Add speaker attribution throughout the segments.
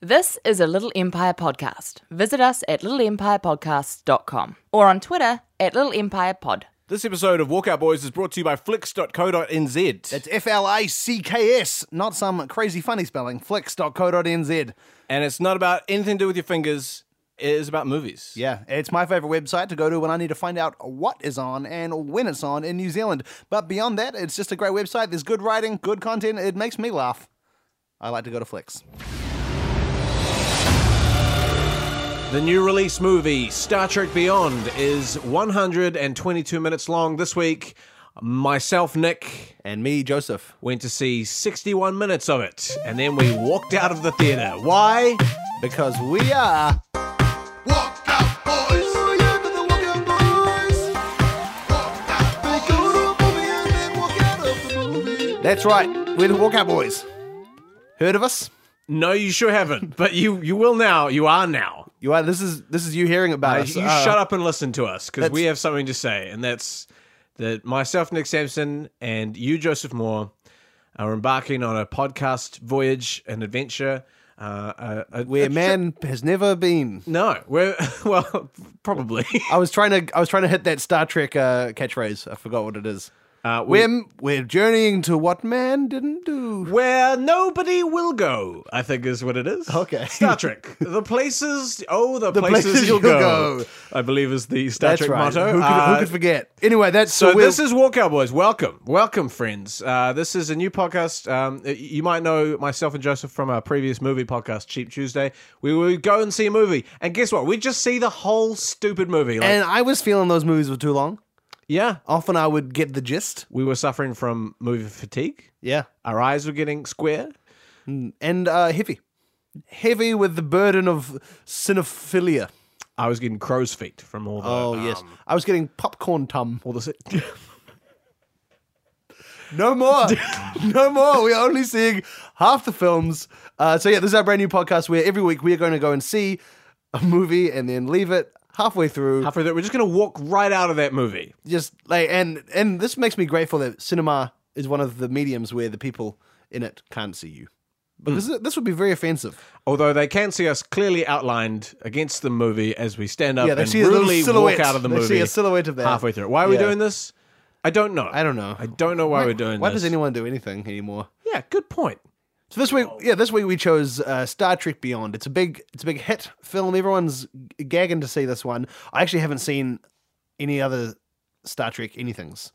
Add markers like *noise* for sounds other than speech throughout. Speaker 1: This is a Little Empire podcast. Visit us at littleempirepodcast.com or on Twitter at Little Empire Pod.
Speaker 2: This episode of Walkout Boys is brought to you by flicks.co.nz.
Speaker 3: It's F L A C K S, not some crazy funny spelling. Flicks.co.nz.
Speaker 2: and it's not about anything to do with your fingers, it is about movies.
Speaker 3: Yeah, it's my favorite website to go to when I need to find out what is on and when it's on in New Zealand. But beyond that, it's just a great website. There's good writing, good content. It makes me laugh. I like to go to Flicks.
Speaker 2: The new release movie, Star Trek Beyond, is 122 minutes long this week. Myself, Nick,
Speaker 3: And me, Joseph.
Speaker 2: went to see 61 minutes of it, and then we walked out of the theater. Why?
Speaker 3: Because we are.
Speaker 4: Walkout boys. They go to the movie and then walk out of the movie.
Speaker 3: That's right, we're the Walkout Boys. Heard of us?
Speaker 2: No, you sure haven't, but you you will now. You are now.
Speaker 3: You are. This is this is you hearing about
Speaker 2: Uh,
Speaker 3: us.
Speaker 2: you
Speaker 3: Uh,
Speaker 2: shut up and listen to us because we
Speaker 3: that's-
Speaker 2: have something to say, and that's that myself, Nick Sampson, and you, Joseph Moore, are embarking on a podcast voyage, an adventure. Uh, a, a, a
Speaker 3: Where
Speaker 2: trip-
Speaker 3: man has never been.
Speaker 2: No, we're *laughs* well,
Speaker 3: *laughs*
Speaker 2: probably.
Speaker 3: I was trying to I was trying to hit that Star Trek uh, catchphrase. I forgot what it is.
Speaker 2: Uh, we-
Speaker 3: We're we're journeying to what man didn't do.
Speaker 2: Where nobody will go, I think is what it is.
Speaker 3: Okay.
Speaker 2: Star Trek. The places, oh, the,
Speaker 3: The
Speaker 2: places,
Speaker 3: places
Speaker 2: you'll
Speaker 3: you'll
Speaker 2: go,
Speaker 3: go.
Speaker 2: I believe is the Star
Speaker 3: That's
Speaker 2: Trek
Speaker 3: right.
Speaker 2: motto.
Speaker 3: Who could,
Speaker 2: Uh,
Speaker 3: who could forget? Anyway, that's
Speaker 2: So
Speaker 3: we'll-
Speaker 2: this is Walkout Boys. Welcome, welcome, friends. Uh, this is a new podcast. Um, y- you might know myself and Joseph from our previous movie podcast, Cheap Tuesday. We would go and see a movie, and guess what? We just see the whole stupid movie. Like,
Speaker 3: and I was feeling those movies were too long.
Speaker 2: yeah,
Speaker 3: Often I would get the gist.
Speaker 2: we were suffering from movie fatigue.
Speaker 3: Yeah,
Speaker 2: Our eyes were getting square.
Speaker 3: and uh, heavy, heavy with the burden of cinephilia.
Speaker 2: I was getting crow's feet from all the. uh,
Speaker 3: Oh yes, I was getting popcorn tum.
Speaker 2: all *laughs* the
Speaker 3: No *laughs* more. no more. We're only seeing half the films. Uh, so, yeah, this is our brand new podcast where every week we are going to go and see a movie and then leave it halfway through.
Speaker 2: halfway there. We're just gonna walk right out of that movie.
Speaker 3: Just like, and, and this makes me grateful that cinema is one of the mediums where the people in it can't see you. But this, is, this would be very offensive.
Speaker 2: Although they can see us clearly outlined against the movie as we stand up
Speaker 3: Yeah, they
Speaker 2: and
Speaker 3: see a little
Speaker 2: rudely walk
Speaker 3: silhouette.
Speaker 2: out of the
Speaker 3: They
Speaker 2: movie.
Speaker 3: see a silhouette of that.
Speaker 2: halfway through. Why are we
Speaker 3: Yeah.
Speaker 2: doing this? I don't know.
Speaker 3: I don't know.
Speaker 2: I don't know why we're doing
Speaker 3: Why
Speaker 2: this.
Speaker 3: does anyone do anything anymore?
Speaker 2: Yeah, good point.
Speaker 3: So this week, yeah, this week we chose uh, Star Trek Beyond. It's a big, it's a big hit film. Everyone's g- gagging to see this one. I actually haven't seen any other Star Trek anything's.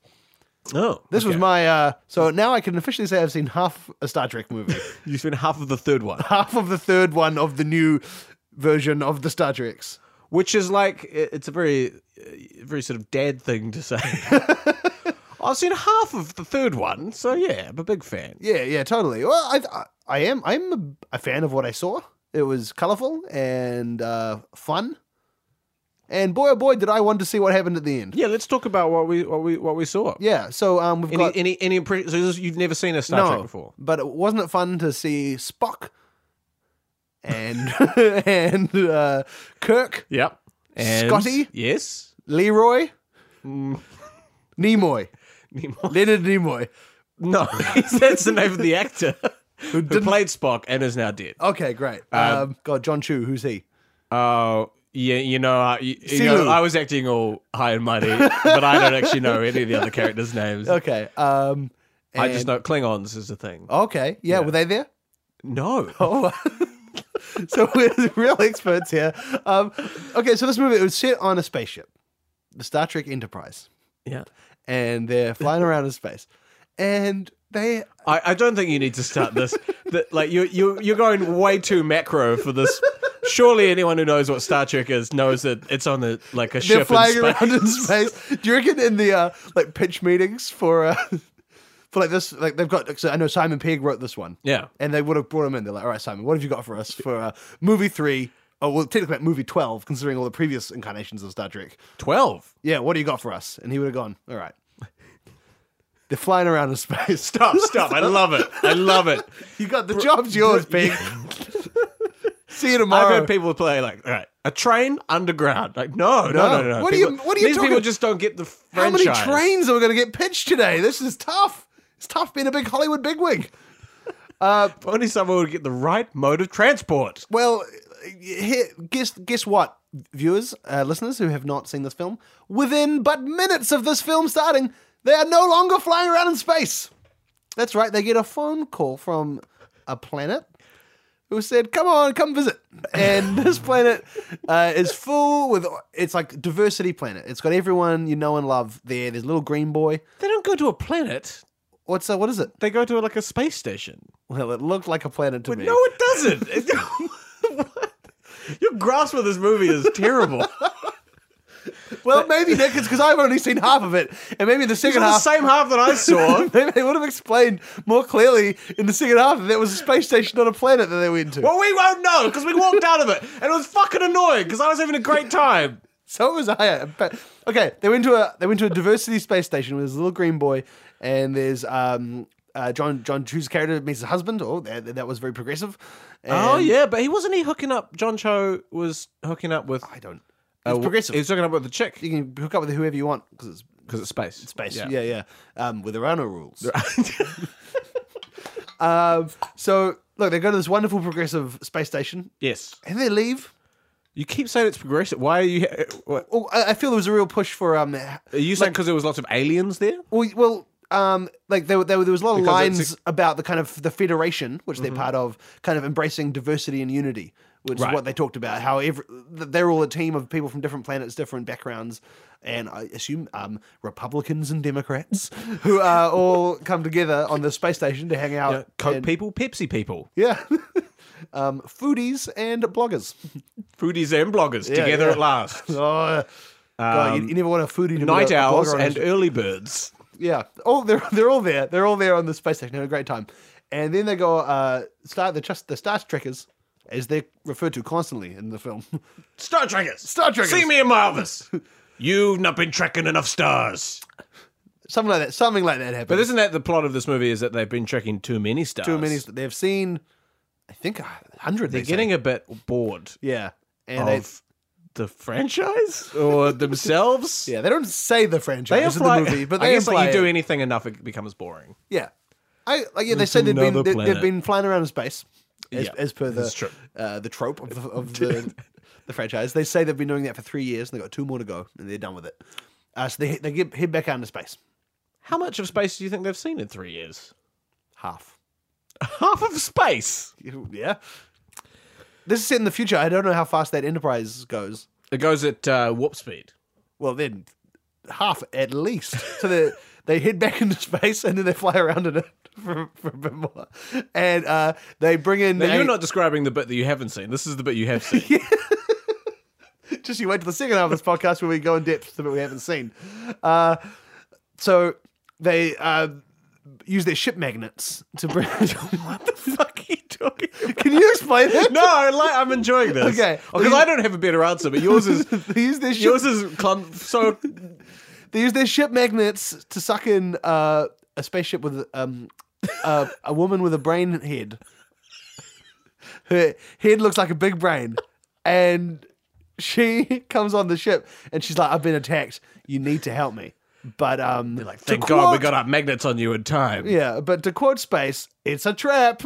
Speaker 2: Oh,
Speaker 3: This was
Speaker 2: okay.
Speaker 3: my uh, so now I can officially say I've seen half a Star
Speaker 2: *laughs*
Speaker 3: Trek movie, *laughs*
Speaker 2: You spent half of the third one,
Speaker 3: half of the third one of the new version of the Star Treks.
Speaker 2: *laughs* which is like it- it's a very, uh, very sort of dad thing to
Speaker 3: *laughs*
Speaker 2: say. I've seen half of the third one, so yeah, I'm a big fan.
Speaker 3: Yeah, yeah, totally. Well, I, I, I am, I'm a, a fan of what I saw. It was colorful and uh, fun, and boy, oh boy, did I want to see what happened at the end.
Speaker 2: Yeah, let's talk about what we what we what we saw.
Speaker 3: Yeah, so um, we've
Speaker 2: Any
Speaker 3: got
Speaker 2: any any impre- so this- you've never seen a Star Trek before?
Speaker 3: But it wasn't it fun to see Spock
Speaker 2: *laughs*
Speaker 3: and and uh, Kirk,
Speaker 2: Yep. And
Speaker 3: Scotty?
Speaker 2: Yes. *laughs*
Speaker 3: Leroy,
Speaker 2: Mm.
Speaker 3: Nimoy,
Speaker 2: Nimoy.
Speaker 3: Leonard Nimoy.
Speaker 2: No, *laughs* that's the name of the actor who,
Speaker 3: didn't-
Speaker 2: played Spock and is now dead.
Speaker 3: Okay, great. Um, God, John Chu, who's he?
Speaker 2: Oh, yeah, you know, I, you, you know,
Speaker 3: Silu.
Speaker 2: I was acting all high and mighty, but I don't actually know any of the other characters' names.
Speaker 3: *laughs* Okay, Oh. um,
Speaker 2: I just
Speaker 3: and-
Speaker 2: know Klingons is a thing.
Speaker 3: Okay, yeah, were
Speaker 2: *laughs*
Speaker 3: they there?
Speaker 2: No.
Speaker 3: Oh. *laughs* so we're real experts here. Um, okay, so this movie it was set on a spaceship, the Star Trek Enterprise,
Speaker 2: Yeah.
Speaker 3: and
Speaker 2: *laughs*
Speaker 3: they're flying around in space, and they
Speaker 2: I, I don't think you need to start this. that, like you you you're going way too macro for this. Surely anyone who knows what Star Trek is knows that it's on the like a ship
Speaker 3: they're
Speaker 2: in
Speaker 3: flying around in
Speaker 2: space. *laughs*
Speaker 3: space. Do you reckon in the uh, like pitch meetings for uh, *laughs* for like this? Like they've got. So I know Simon Pegg wrote this one.
Speaker 2: Yeah.
Speaker 3: and they would have brought him in. They're like, all right, Simon, what have you got for us for uh, movie three? Oh, well, technically like movie twelve, considering all the previous incarnations of Star Trek.
Speaker 2: Twelve.
Speaker 3: Yeah, what do you got for us? And he would have gone, all right. They're flying around in
Speaker 2: *laughs*
Speaker 3: space.
Speaker 2: Stop, stop. I love it. I love it.
Speaker 3: *laughs* You got the job's yours, Peg.
Speaker 2: *laughs*
Speaker 3: See you tomorrow.
Speaker 2: I've had people play like, all right, a train underground. Like, no, no, no,
Speaker 3: No.
Speaker 2: no. no.
Speaker 3: What are you-
Speaker 2: People-
Speaker 3: what are you
Speaker 2: These people
Speaker 3: talking-
Speaker 2: just don't get the
Speaker 3: How
Speaker 2: franchise.
Speaker 3: many trains are we going to get pitched today? This is tough. It's tough being a big Hollywood bigwig.
Speaker 2: If only someone would get the right mode of transport.
Speaker 3: Well, here, guess guess what, viewers, uh, listeners who have not seen this film, within but minutes of this film starting, they are no longer flying around in space. That's right, they get a phone call from a planet who said, "Come on, come visit." And *laughs* this planet uh, is full with it's like diversity planet. It's got everyone you know and love there. There's little green boy.
Speaker 2: They don't go to a planet.
Speaker 3: What's uh, what is it?
Speaker 2: They go to like a space station.
Speaker 3: Well, it looked like a planet to me.
Speaker 2: No, it doesn't. *laughs* It- What? *laughs* Your grasp of this movie is *laughs* terrible.
Speaker 3: well, maybe Nick, it's because I've only seen half of it, and maybe the
Speaker 2: It's
Speaker 3: second
Speaker 2: the
Speaker 3: half.
Speaker 2: same half that I saw.
Speaker 3: they, *laughs* they would have explained more clearly in the second half that there was a space station on a planet that they went to.
Speaker 2: Well, we won't know because we walked out of it, and it was fucking annoying because I was having a great time.
Speaker 3: So was I. But okay, they went to a they went to a diversity space station with this little green boy, and there's um uh, John John Chu's character meets his husband. Oh, that, that was very progressive.
Speaker 2: Oh
Speaker 3: And
Speaker 2: yeah, but he wasn't he hooking up. John Cho was hooking up with.
Speaker 3: I don't.
Speaker 2: uh,
Speaker 3: It's progressive.
Speaker 2: He was hooking up with the chick
Speaker 3: you can hook up with whoever you want because it's
Speaker 2: because it's space. It's
Speaker 3: space. Yeah, yeah. Um, where there are
Speaker 2: *laughs*
Speaker 3: no rules. um, so look, they go to this wonderful progressive space station,
Speaker 2: yes.
Speaker 3: and they leave.
Speaker 2: You keep saying it's progressive. Why are you? What?
Speaker 3: Oh, I, I feel there was a real push for um
Speaker 2: Are you saying because there was lots of aliens there?
Speaker 3: Well, well, um, like there, were- there, were- there was a lot of
Speaker 2: Because it's Mm-hmm.
Speaker 3: lines about the kind of the federation, which they're part of, kind of embracing diversity and unity, which
Speaker 2: Right.
Speaker 3: is what they talked about. How every, th- they're all a team of people from different planets, different backgrounds, and I assume um, Republicans and Democrats *laughs* who are all come together on the space station to hang out.
Speaker 2: Coke
Speaker 3: and-
Speaker 2: people, Pepsi people,
Speaker 3: yeah. *laughs* Um, foodies and
Speaker 2: *laughs*
Speaker 3: bloggers.
Speaker 2: foodies and bloggers together
Speaker 3: yeah.
Speaker 2: at
Speaker 3: *laughs*
Speaker 2: last.
Speaker 3: Oh, God, you, you never want a foodie
Speaker 2: Uh,
Speaker 3: to
Speaker 2: um, Night
Speaker 3: be a, a
Speaker 2: owls
Speaker 3: blogger on a
Speaker 2: and early birds.
Speaker 3: Yeah. Oh, they're *laughs* they're all there. They're all there on the space station having a great time, and then they go uh start the just the Star Trekkers, as they're referred to constantly in the film. *laughs*
Speaker 2: Star Trekkers.
Speaker 3: Star Trekkers.
Speaker 2: See me in my office. *laughs* You've not been trekking enough stars.
Speaker 3: something like that. Something like that
Speaker 2: But
Speaker 3: happens.
Speaker 2: isn't that the plot of this movie? Is that they've been trekking too many stars?
Speaker 3: too many that they've seen. I think a hundred.
Speaker 2: They're
Speaker 3: say.
Speaker 2: getting Oh, a bit bored
Speaker 3: yeah, and
Speaker 2: of the franchise
Speaker 3: *laughs*
Speaker 2: or themselves.
Speaker 3: they yeah they don't say the franchise
Speaker 2: imply-
Speaker 3: in the movie, but
Speaker 2: I
Speaker 3: they
Speaker 2: guess
Speaker 3: imply
Speaker 2: like you do
Speaker 3: it.
Speaker 2: anything enough, it becomes boring.
Speaker 3: Yeah, I like yeah they say they've been
Speaker 2: another
Speaker 3: they,
Speaker 2: planet.
Speaker 3: they've been flying around in space. As,
Speaker 2: Yeah,
Speaker 3: as per
Speaker 2: that's true.
Speaker 3: the uh, the trope of
Speaker 2: *laughs*
Speaker 3: the, of the the franchise, they say they've been doing that for three years, and they have got two more to go, and they're done with it. Uh, so they they get head back out into space.
Speaker 2: How much of space do you think they've seen in three years? *laughs*
Speaker 3: Half.
Speaker 2: Half of space.
Speaker 3: Yeah. This is set in the future. I don't know how fast that Enterprise goes.
Speaker 2: It goes at uh, warp speed.
Speaker 3: Well, then half at least.
Speaker 2: *laughs*
Speaker 3: So they they head back into space, and then they fly around in it *laughs* for, for a bit more, and uh, they bring in.
Speaker 2: Now, you're
Speaker 3: a-
Speaker 2: not describing the bit that you haven't seen. This is the bit you have *laughs* seen.
Speaker 3: just you wait to the second half of this podcast where we go in depth to what we haven't seen. Uh, so they uh, use their ship magnets to bring. *laughs* what the fuck are you talking? Can you explain it?
Speaker 2: No, I like, I'm enjoying this.
Speaker 3: Okay.
Speaker 2: because I don't have a better answer, but yours *laughs* is
Speaker 3: *laughs* they use their ship.
Speaker 2: yours is clump. *laughs* So
Speaker 3: They use their ship magnets to suck in uh, a spaceship with um, uh, a woman with a brain head. Her head looks like a big brain, and she *laughs* comes on the ship and she's like, "I've been attacked. You need to help me." But um, like,
Speaker 2: thank God we got our magnets on you in time.
Speaker 3: Yeah, but to quote Space, it's
Speaker 2: *laughs*
Speaker 3: a trap.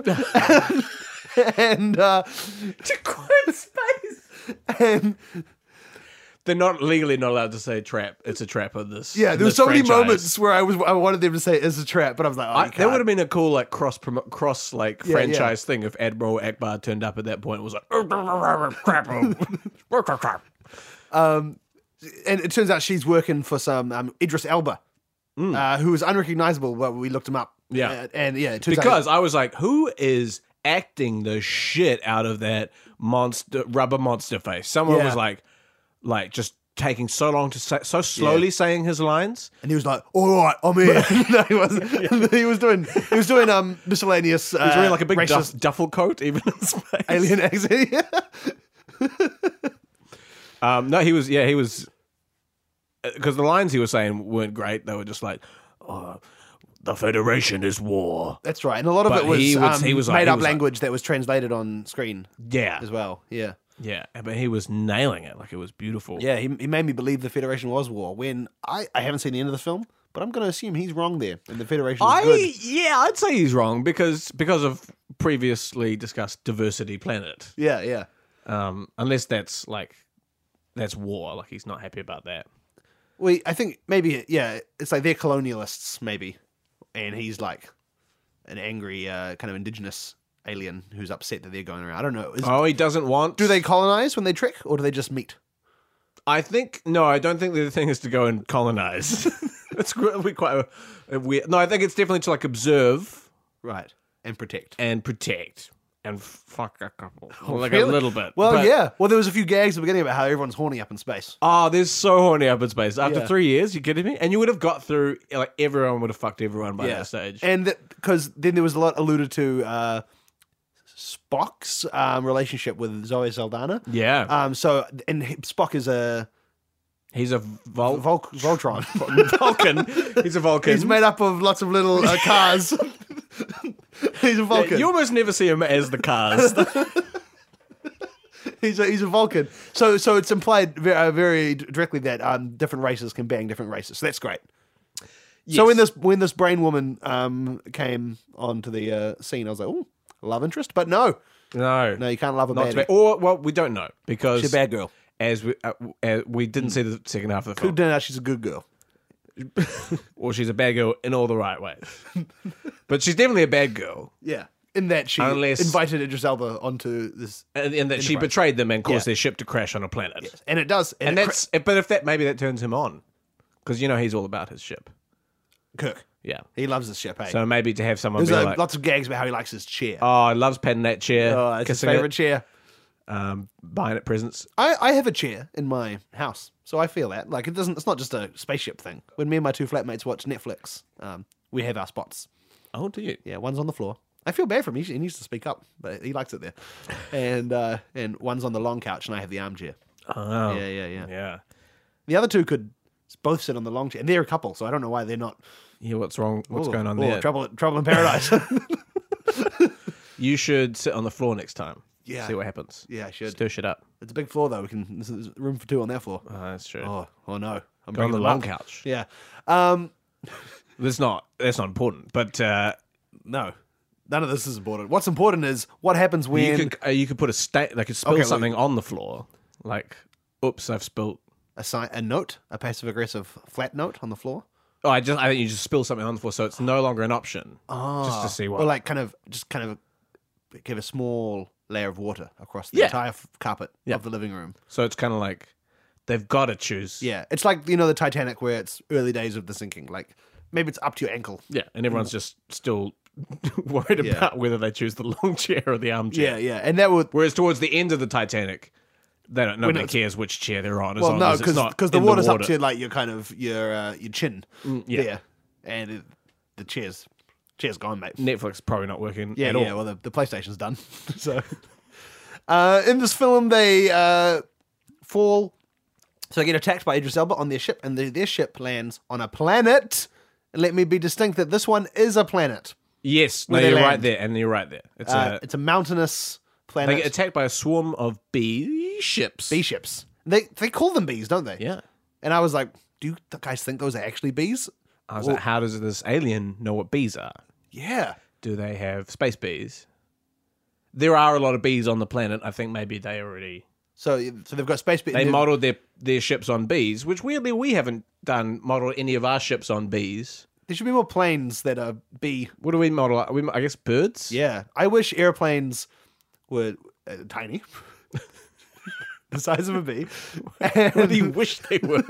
Speaker 3: and uh, to quote Space, and
Speaker 2: They're not legally not allowed to say trap. It's a trap on this.
Speaker 3: yeah,
Speaker 2: in
Speaker 3: there were
Speaker 2: this
Speaker 3: so many
Speaker 2: franchise.
Speaker 3: moments where I was I wanted them to say it's a trap, but I was like, oh,
Speaker 2: I,
Speaker 3: you
Speaker 2: that
Speaker 3: can't.
Speaker 2: would have been a cool like cross promo- cross like
Speaker 3: Yeah,
Speaker 2: franchise thing if Admiral Akbar turned up at that point and was like crap crap, crap, crap.
Speaker 3: and it turns out she's working for some um, Idris Elba, uh, who was unrecognizable. But we looked him up.
Speaker 2: Yeah.
Speaker 3: Uh, and yeah, it turns out
Speaker 2: because I was like who is acting the shit out of that monster rubber monster face someone
Speaker 3: Yeah.
Speaker 2: was like like just taking so long to say so slowly saying his lines
Speaker 3: and he was like, "All right, I'm *laughs* here." no, he was. *laughs* he was doing. He was doing um miscellaneous. Uh,
Speaker 2: he's wearing like a big
Speaker 3: racist
Speaker 2: duff, duffel coat even in space
Speaker 3: *laughs* alien accent.
Speaker 2: Um, no, he was. Yeah, he was. Because the lines he was saying weren't great. They were just like, oh, "The Federation is war."
Speaker 3: That's right. And a lot of
Speaker 2: But
Speaker 3: it was,
Speaker 2: he was-
Speaker 3: um,
Speaker 2: he was
Speaker 3: made
Speaker 2: like- he
Speaker 3: up
Speaker 2: was like-
Speaker 3: language that was translated on screen
Speaker 2: Yeah,
Speaker 3: as well. Yeah.
Speaker 2: yeah. But he was nailing it. Like it was beautiful.
Speaker 3: Yeah, he, he made me believe the Federation was war when I, I haven't seen the end of the film, But I'm going to assume he's wrong there, and the Federation is
Speaker 2: I
Speaker 3: good.
Speaker 2: yeah, I'd say he's wrong because because of previously discussed diversity planet.
Speaker 3: Yeah, yeah.
Speaker 2: Um, unless that's like that's war. Like he's not happy about that.
Speaker 3: We, I think maybe, yeah, it's like they're colonialists, maybe, and he's like an angry uh, kind of indigenous alien who's upset that they're going around. I don't know. Is,
Speaker 2: Oh, he doesn't want.
Speaker 3: Do they colonize when they trek, or do they just meet?
Speaker 2: I think no. I don't think the thing is to go and colonize. *laughs* it's gr- we quite a, a weird. No, I think it's definitely to like observe
Speaker 3: Right, and protect.
Speaker 2: and protect and fuck a couple, Or, like
Speaker 3: Oh, Really?
Speaker 2: a little bit.
Speaker 3: Well,
Speaker 2: But-
Speaker 3: yeah. Well, there was a few gags at the beginning about how everyone's horny up in space.
Speaker 2: Oh, there's so horny up in space. After
Speaker 3: Yeah.
Speaker 2: three years, you kidding me? And you would have got through. Like everyone would have fucked everyone by
Speaker 3: yeah.
Speaker 2: that stage.
Speaker 3: And because then there was a lot alluded to uh, Spock's um, relationship with Zoe Saldana.
Speaker 2: yeah,
Speaker 3: Um, so and he- Spock is a
Speaker 2: he's a Vol-
Speaker 3: Vol-
Speaker 2: *laughs*
Speaker 3: Voltron. *laughs*
Speaker 2: Vulcan. He's a Vulcan.
Speaker 3: He's made up of lots of little
Speaker 2: *laughs*
Speaker 3: uh, cars. he's a Vulcan.
Speaker 2: You almost never see him as the cars.
Speaker 3: *laughs* he's, a, he's a Vulcan. So so it's implied very, uh, very directly that um, different races can bang different races. So that's great. So when this when this brain woman um, came onto the uh, scene, I was like, oh, love interest, but no,
Speaker 2: no,
Speaker 3: no, you can't love a
Speaker 2: not to
Speaker 3: baddie.
Speaker 2: be- or well, we don't know because
Speaker 3: She's a bad girl.
Speaker 2: As we uh, uh, we didn't see the second half of the
Speaker 3: Who
Speaker 2: film,
Speaker 3: did that? She's a good girl.
Speaker 2: or she's a bad girl in all the right
Speaker 3: *laughs*
Speaker 2: ways. but she's definitely a bad girl,
Speaker 3: Yeah. In that she
Speaker 2: Unless-
Speaker 3: invited Idris Elba onto this,
Speaker 2: and, and that she betrayed them and caused
Speaker 3: Yeah.
Speaker 2: their ship to crash on a planet.
Speaker 3: and it does, and,
Speaker 2: And
Speaker 3: it
Speaker 2: that's eh, but if that maybe that turns him on, because you know he's all about his ship.
Speaker 3: cra- Kirk.
Speaker 2: Yeah.
Speaker 3: He loves this ship. Hey,
Speaker 2: So maybe to have someone
Speaker 3: there's
Speaker 2: be
Speaker 3: uh,
Speaker 2: like,
Speaker 3: lots of gags about how he likes his chair.
Speaker 2: "Oh, he loves petting that chair,
Speaker 3: Oh, it's his
Speaker 2: kissing
Speaker 3: favorite
Speaker 2: it,
Speaker 3: chair.
Speaker 2: um, buying it presents."
Speaker 3: I, I have a chair in my house, so I feel that. Like it doesn't. It's not just a spaceship thing. When me and my two flatmates watch Netflix, um, we have our spots.
Speaker 2: Oh, do you?
Speaker 3: Yeah, one's on the floor. I feel bad for him. He, he needs to speak up, but he likes
Speaker 2: *laughs*
Speaker 3: it there. And uh, and one's on the long couch, and I have the armchair.
Speaker 2: Oh,
Speaker 3: Yeah, yeah, yeah.
Speaker 2: yeah.
Speaker 3: The other two could both sit on the long chair, and they're a couple, so I don't know why they're not.
Speaker 2: Yeah, what's wrong? What's
Speaker 3: Ooh,
Speaker 2: going on
Speaker 3: ooh,
Speaker 2: there?
Speaker 3: Trouble, trouble
Speaker 2: *laughs*
Speaker 3: in paradise. *laughs*
Speaker 2: You should sit on the floor next time.
Speaker 3: Yeah.
Speaker 2: See what happens.
Speaker 3: yeah, I should.
Speaker 2: Stir shit up.
Speaker 3: It's a big floor though. We can. There's there's room for two on that floor.
Speaker 2: Oh, that's true.
Speaker 3: Oh, oh no. I'm
Speaker 2: Go on
Speaker 3: bringing
Speaker 2: the
Speaker 3: them
Speaker 2: long
Speaker 3: up.
Speaker 2: couch.
Speaker 3: Yeah. Um,
Speaker 2: That's not. That's not important. But uh,
Speaker 3: No, none of this is important. What's important is what happens
Speaker 2: you
Speaker 3: when
Speaker 2: could uh, you could put a state like spill
Speaker 3: Okay, well-
Speaker 2: something on the floor. Like, oops, I've spilt.
Speaker 3: a, sign, a note, a passive aggressive flat note on the floor,
Speaker 2: Oh, I just I think you just spill something on the floor, so it's no longer an option. Just to see what.
Speaker 3: or Ah. like kind of just kind of give a small layer of water across the
Speaker 2: Yeah.
Speaker 3: entire f- carpet of the living room.
Speaker 2: so it's kind of like they've got to choose.
Speaker 3: Yeah, it's like you know the Titanic where it's early days of the sinking. Like maybe it's up to your ankle.
Speaker 2: Yeah, and everyone's just still *laughs* worried
Speaker 3: Mm. Yeah.
Speaker 2: about whether they choose the *laughs* long chair or the armchair.
Speaker 3: Yeah, yeah, and that would.
Speaker 2: Whereas towards the end of the Titanic, they don't nobody
Speaker 3: it's-
Speaker 2: cares which chair they're on. As
Speaker 3: Well,
Speaker 2: long
Speaker 3: no,
Speaker 2: as it's
Speaker 3: because
Speaker 2: not
Speaker 3: because the
Speaker 2: in
Speaker 3: water's
Speaker 2: water. Mm,
Speaker 3: up to like your kind of your uh, your chin.
Speaker 2: yeah.
Speaker 3: there. and it, the chairs, chairs gone, mate.
Speaker 2: Netflix probably not working
Speaker 3: Yeah,
Speaker 2: at
Speaker 3: yeah.
Speaker 2: all.
Speaker 3: Well, the, the PlayStation's done. *laughs* so, uh, in this film, they uh, fall. So they get attacked by Idris Elba on their ship, and their their ship lands on a planet. And let me be distinct that this one is a planet.
Speaker 2: Yes, no,
Speaker 3: they
Speaker 2: you're right
Speaker 3: land.
Speaker 2: there, and you're right there. It's
Speaker 3: Uh,
Speaker 2: a,
Speaker 3: it's a mountainous
Speaker 2: they
Speaker 3: planet.
Speaker 2: get attacked by a swarm of bee ships.
Speaker 3: bee ships. They they call them bees, don't they?
Speaker 2: yeah.
Speaker 3: And I was like, do you th- guys think those are actually bees?
Speaker 2: I was like, how does this alien know what bees are?
Speaker 3: Yeah.
Speaker 2: Do they have space bees? There are a lot of bees on the planet. I think maybe they already
Speaker 3: So so they've got space bees.
Speaker 2: they modeled their their ships on bees, which weirdly we haven't done modeled any of our ships on bees.
Speaker 3: there should be more planes that are bee
Speaker 2: What do we model? We I guess birds.
Speaker 3: Yeah, I wish airplanes were uh, tiny, *laughs* the size of a bee,
Speaker 2: What do you
Speaker 3: and,
Speaker 2: wish they were?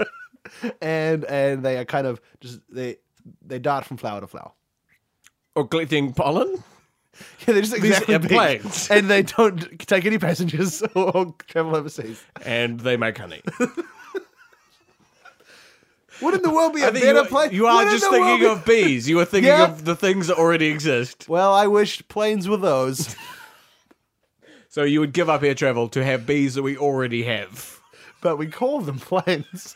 Speaker 3: and and they are kind of just they they dart from flower to flower.
Speaker 2: *laughs*
Speaker 3: *laughs*
Speaker 2: or collecting pollen?
Speaker 3: Yeah, they're just exactly
Speaker 2: are
Speaker 3: bees.
Speaker 2: planes.
Speaker 3: and they don't take any passengers *laughs* or, travel overseas.
Speaker 2: And they make honey.
Speaker 3: Wouldn't the world be
Speaker 2: *laughs*
Speaker 3: a
Speaker 2: I think you
Speaker 3: better
Speaker 2: are-
Speaker 3: place?
Speaker 2: You are
Speaker 3: Wouldn't
Speaker 2: just
Speaker 3: the world
Speaker 2: thinking
Speaker 3: be-
Speaker 2: of bees. *laughs* You are thinking
Speaker 3: Yeah.
Speaker 2: of the things that already exist.
Speaker 3: Well, I wish planes were those. *laughs*
Speaker 2: So you would give up air travel to have bees that we already have.
Speaker 3: but we call them planes.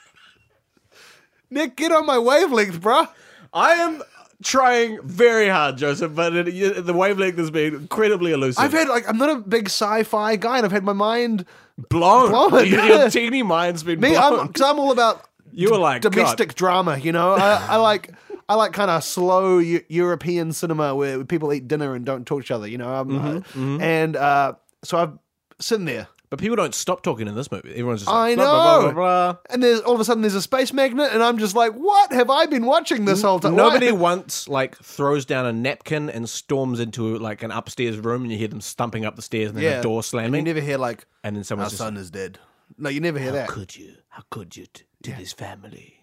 Speaker 3: *laughs* Nick, get on my wavelength, bruh.
Speaker 2: I am trying very hard, Joseph, but it, you- the wavelength has been incredibly elusive.
Speaker 3: I've had like I'm not a big sci-fi guy, and I've had my mind
Speaker 2: blown. *laughs*
Speaker 3: blown,
Speaker 2: Your
Speaker 3: yeah.
Speaker 2: teeny mind's been
Speaker 3: Me, I'm
Speaker 2: blown. *laughs*
Speaker 3: because I'm all about
Speaker 2: You were like God.
Speaker 3: domestic drama. You know, I, I like I like kind of slow Eu- European cinema where people eat dinner and don't talk to each other. You know, um,
Speaker 2: Mm-hmm,
Speaker 3: uh, and uh, so I've sitting there,
Speaker 2: But people don't stop talking in this movie. Everyone's just
Speaker 3: I
Speaker 2: like, blah,
Speaker 3: know.
Speaker 2: blah, blah, blah,
Speaker 3: and there's all of a sudden there's a space magnet, and I'm just like, what have I been watching this whole
Speaker 2: blah.
Speaker 3: time?
Speaker 2: Nobody
Speaker 3: Why-
Speaker 2: once like throws down a napkin and storms into like an upstairs room, and you hear them stumping up the stairs and then
Speaker 3: Yeah.
Speaker 2: a door
Speaker 3: And you
Speaker 2: slamming, and,
Speaker 3: never hear like
Speaker 2: then
Speaker 3: our
Speaker 2: someone's just,
Speaker 3: son is dead. No, you never hear that.
Speaker 2: "Could you? How could you t- to this family?"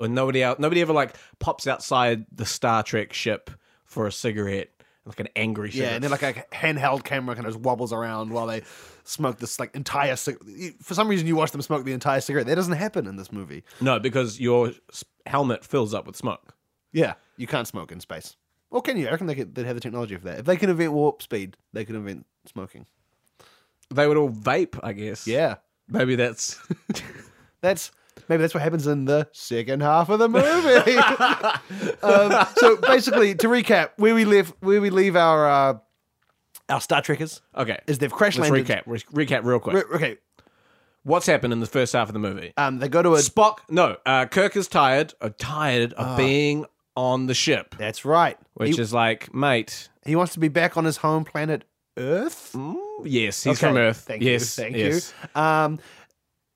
Speaker 2: Or nobody out, nobody ever like pops outside the Star Trek ship for a cigarette, like an angry
Speaker 3: Yeah,
Speaker 2: cigarette.
Speaker 3: and then like a handheld camera kind of just wobbles around while they smoke this like entire. Cig- you- for some reason, you watch them smoke the entire cigarette. That doesn't happen in this movie.
Speaker 2: no, because your s- helmet fills up with smoke.
Speaker 3: Yeah, you can't smoke in space. Or can you? I reckon they could, they'd have the technology for that. If they can invent warp speed, they could invent smoking.
Speaker 2: They would all vape, I guess.
Speaker 3: Yeah,
Speaker 2: maybe that's *laughs*
Speaker 3: that's maybe that's what happens in the second half of the movie. *laughs* um, so basically, to recap, where we live, where we leave our uh, our Star Trekkers
Speaker 2: okay.
Speaker 3: is they've crash
Speaker 2: Let's
Speaker 3: landed.
Speaker 2: recap. Re- recap real quick.
Speaker 3: Re- okay,
Speaker 2: What's happened in the first half of the movie?
Speaker 3: um, they go to a.
Speaker 2: Spock, no, uh, Kirk is tired, uh, tired of being on the ship,
Speaker 3: that's right.
Speaker 2: which is like, mate,
Speaker 3: He wants to be back on his home planet Earth.
Speaker 2: yes, he's
Speaker 3: Mm. Okay,
Speaker 2: from Earth.
Speaker 3: Thank
Speaker 2: yes,
Speaker 3: you. Thank
Speaker 2: yes.
Speaker 3: you. Um,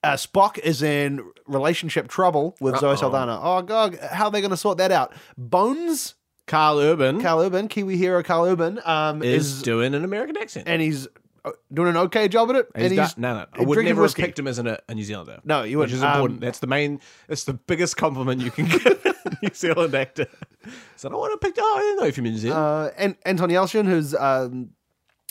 Speaker 3: uh, Spock is in relationship trouble with Zoe Saldana. Oh God, how are they going to sort that out? Bones,
Speaker 2: Carl Urban
Speaker 3: Carl Urban, Kiwi hero Carl Urban, um,
Speaker 2: is
Speaker 3: is,
Speaker 2: doing an American accent.
Speaker 3: and he's uh, doing an okay job at it.
Speaker 2: He's
Speaker 3: and
Speaker 2: da-
Speaker 3: he's
Speaker 2: no, no, I
Speaker 3: and
Speaker 2: would
Speaker 3: drinking
Speaker 2: never
Speaker 3: whiskey.
Speaker 2: have picked him as an, uh, a New Zealander.
Speaker 3: No, you
Speaker 2: which
Speaker 3: wouldn't.
Speaker 2: is
Speaker 3: Um,
Speaker 2: important. That's the main. It's the biggest compliment you can *laughs* give a New Zealand actor. So I don't want to pick. Oh, I don't know if you're New Zealand.
Speaker 3: uh, and Anton Yelchin, who's um,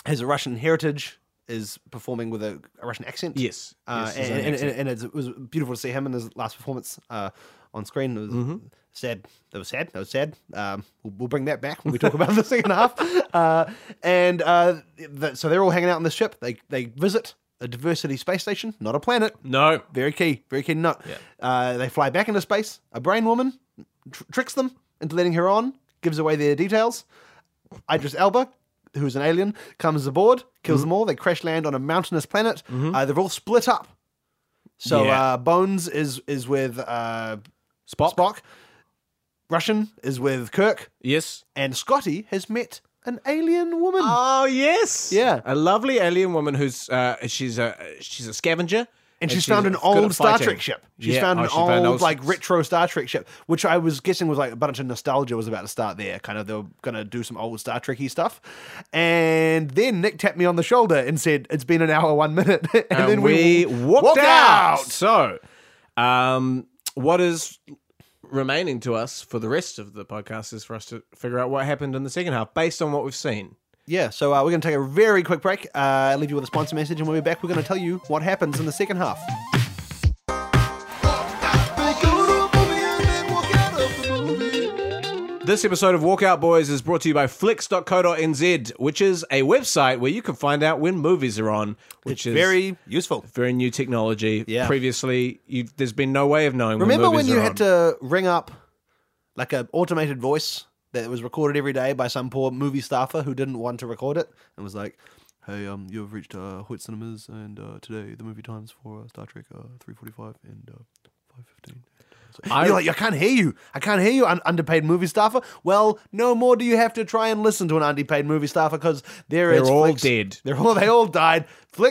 Speaker 3: has a Russian heritage, is performing with a, a Russian accent.
Speaker 2: yes,
Speaker 3: Uh,
Speaker 2: yes, he's
Speaker 3: and,
Speaker 2: an
Speaker 3: and,
Speaker 2: accent.
Speaker 3: and, and it's- it was beautiful to see him in his last performance uh, on screen. It was sad. That was sad. That was sad. Um, we'll, we'll bring that back when we talk about *laughs* the second half. Uh, and uh, th so they're all hanging out on the ship. They they visit a diversity space station, not a planet.
Speaker 2: no,
Speaker 3: Very key. Very key. Not. Uh, they fly back into space. A brain woman tr- tricks them into letting her on. Gives away their details. Idris Elba, who's an alien, comes aboard, kills
Speaker 2: Mm-hmm.
Speaker 3: them all. They crash land on a mountainous planet. Uh, they're all split up. So
Speaker 2: Yeah.
Speaker 3: uh, Bones is is with uh,
Speaker 2: Spock.
Speaker 3: Spock. Russian is with Kirk,
Speaker 2: Yes.
Speaker 3: and Scotty has met an alien woman.
Speaker 2: Oh yes,
Speaker 3: Yeah.
Speaker 2: a lovely alien woman who's uh, she's a she's a scavenger,
Speaker 3: and she's, found an
Speaker 2: good at
Speaker 3: old Star
Speaker 2: fighting.
Speaker 3: Trek ship. She's
Speaker 2: Yeah,
Speaker 3: found
Speaker 2: oh,
Speaker 3: an
Speaker 2: she found an
Speaker 3: old,
Speaker 2: old-
Speaker 3: like retro Star Trek ship, which I was guessing was like a bunch of nostalgia was about to start there. Kind of they were gonna do some old Star Trekky stuff, and then Nick tapped me on the shoulder and said, "It's been an hour, one minute," *laughs* and,
Speaker 2: and,
Speaker 3: then
Speaker 2: we, walked,
Speaker 3: walked
Speaker 2: out.
Speaker 3: out.
Speaker 2: So, um, what is remaining to us for the rest of the podcast is for us to figure out what happened in the second half based on what we've seen.
Speaker 3: Yeah, so uh, we're going to take a very quick break, uh, leave you with a sponsor message, and when we're back, we're going to tell you what happens in the second half.
Speaker 4: They go to a movie and then walk out of the movie.
Speaker 2: This episode of Walkout Boys is brought to you by flicks.co.nz, which is a website where you can find out when movies are on, which is
Speaker 3: Very useful.
Speaker 2: very new technology.
Speaker 3: Yeah.
Speaker 2: Previously, you there's been no way of knowing
Speaker 3: Remember
Speaker 2: when
Speaker 3: when
Speaker 2: movies
Speaker 3: you
Speaker 2: are
Speaker 3: had
Speaker 2: on.
Speaker 3: to ring up like an automated voice that was recorded every day by some poor movie staffer who didn't want to record it and was like, "Hey, um, you have reached uh, Hoyt Cinemas, and uh, today the movie times for uh, Star Trek uh, three forty five and uh, five fifteen.
Speaker 2: I-
Speaker 3: You're like, I can't hear you. I can't hear you, un- underpaid movie staffer. Well, no more do you have to try and listen to an underpaid movie staffer because there
Speaker 2: They're
Speaker 3: is
Speaker 2: all
Speaker 3: Flix.
Speaker 2: dead.
Speaker 3: They're all they all died.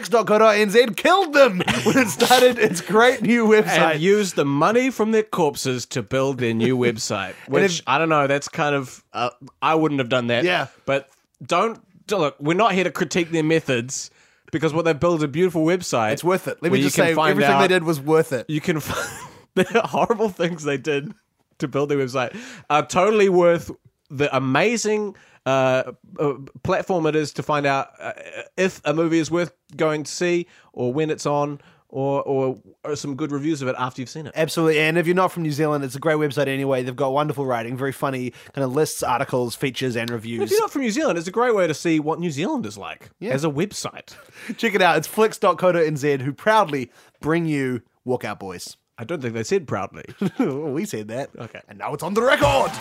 Speaker 3: Flix.co.nz killed them *laughs* when it started its great new website.
Speaker 2: and use the money from their corpses to build their
Speaker 3: *laughs*
Speaker 2: new website. Which
Speaker 3: if-
Speaker 2: I don't know. That's kind of uh, I wouldn't have done that.
Speaker 3: Yeah.
Speaker 2: but don't don't- look. We're not here to critique their methods because what they built is a beautiful website.
Speaker 3: It's worth it. Let
Speaker 2: where
Speaker 3: me
Speaker 2: you
Speaker 3: just
Speaker 2: can
Speaker 3: say,
Speaker 2: find
Speaker 3: everything
Speaker 2: out-
Speaker 3: they did was worth it.
Speaker 2: You can *laughs* find the horrible things they did to build their website are totally worth the amazing. Uh, uh, platform it is to find out uh, if a movie is worth going to see or when it's on or, or or some good reviews of it after you've seen it.
Speaker 3: Absolutely. And if you're not from New Zealand, it's a great website anyway. They've got wonderful writing, very funny kind of lists, articles, features, and
Speaker 2: If
Speaker 3: reviews. *laughs*
Speaker 2: you're not from New Zealand, it's a great way to see what New Zealand is like as a website.
Speaker 3: Check it out. It's flicks.co.nz who proudly bring you Walkout Boys. *laughs*
Speaker 2: I don't think they said proudly.
Speaker 3: we said that.
Speaker 2: Okay.
Speaker 3: And now it's on the record.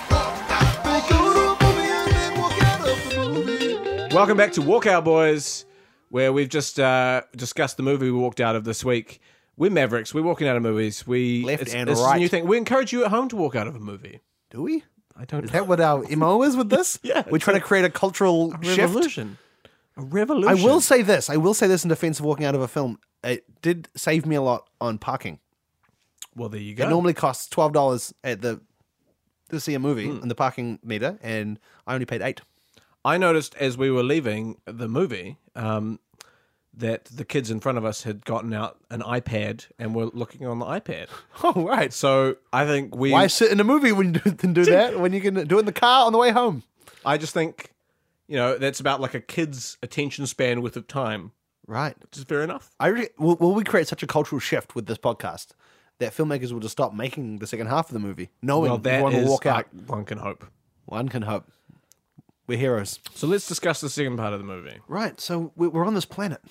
Speaker 4: They go to a movie and then walk out of the movie.
Speaker 2: Welcome back to Walkout Boys, where we've just uh, discussed the movie we walked out of this week. We're Mavericks. We're walking out of movies. We
Speaker 3: Left
Speaker 2: it's,
Speaker 3: and
Speaker 2: this Is a
Speaker 3: right.
Speaker 2: new thing. We encourage you at home to walk out of a movie.
Speaker 3: Do we?
Speaker 2: I don't.
Speaker 3: Is that what our MO is with *laughs* this?
Speaker 2: Yeah,
Speaker 3: We're
Speaker 2: it's
Speaker 3: trying
Speaker 2: a-
Speaker 3: to create a cultural
Speaker 2: a
Speaker 3: shift.
Speaker 2: revolution. A revolution.
Speaker 3: I will say this. I will say this in defense of walking out of a film. It did save me a lot on parking.
Speaker 2: Well, there you
Speaker 3: It
Speaker 2: go.
Speaker 3: normally costs twelve dollars at the to see a movie in the parking meter, and I only paid *laughs* eight.
Speaker 2: I noticed as we were leaving the movie um, that the kids in front of us had gotten out an iPad and were looking on the *laughs* iPad.
Speaker 3: Oh right.
Speaker 2: So I think we.
Speaker 3: Why sit in a movie when you do, *laughs* than do that when you can do it in the car on the way home?
Speaker 2: I just think, you know, that's about like a kid's attention span width of time,
Speaker 3: Right.
Speaker 2: which is fair enough.
Speaker 3: I re- will, will we create such a cultural shift with this podcast that filmmakers will just stop making the second half of the movie, knowing
Speaker 2: Well, that
Speaker 3: everyone
Speaker 2: is
Speaker 3: will walk out.
Speaker 2: uh, one can hope.
Speaker 3: One can hope. We're heroes.
Speaker 2: So let's discuss the second part of the movie.
Speaker 3: Right. So we- we're on this planet.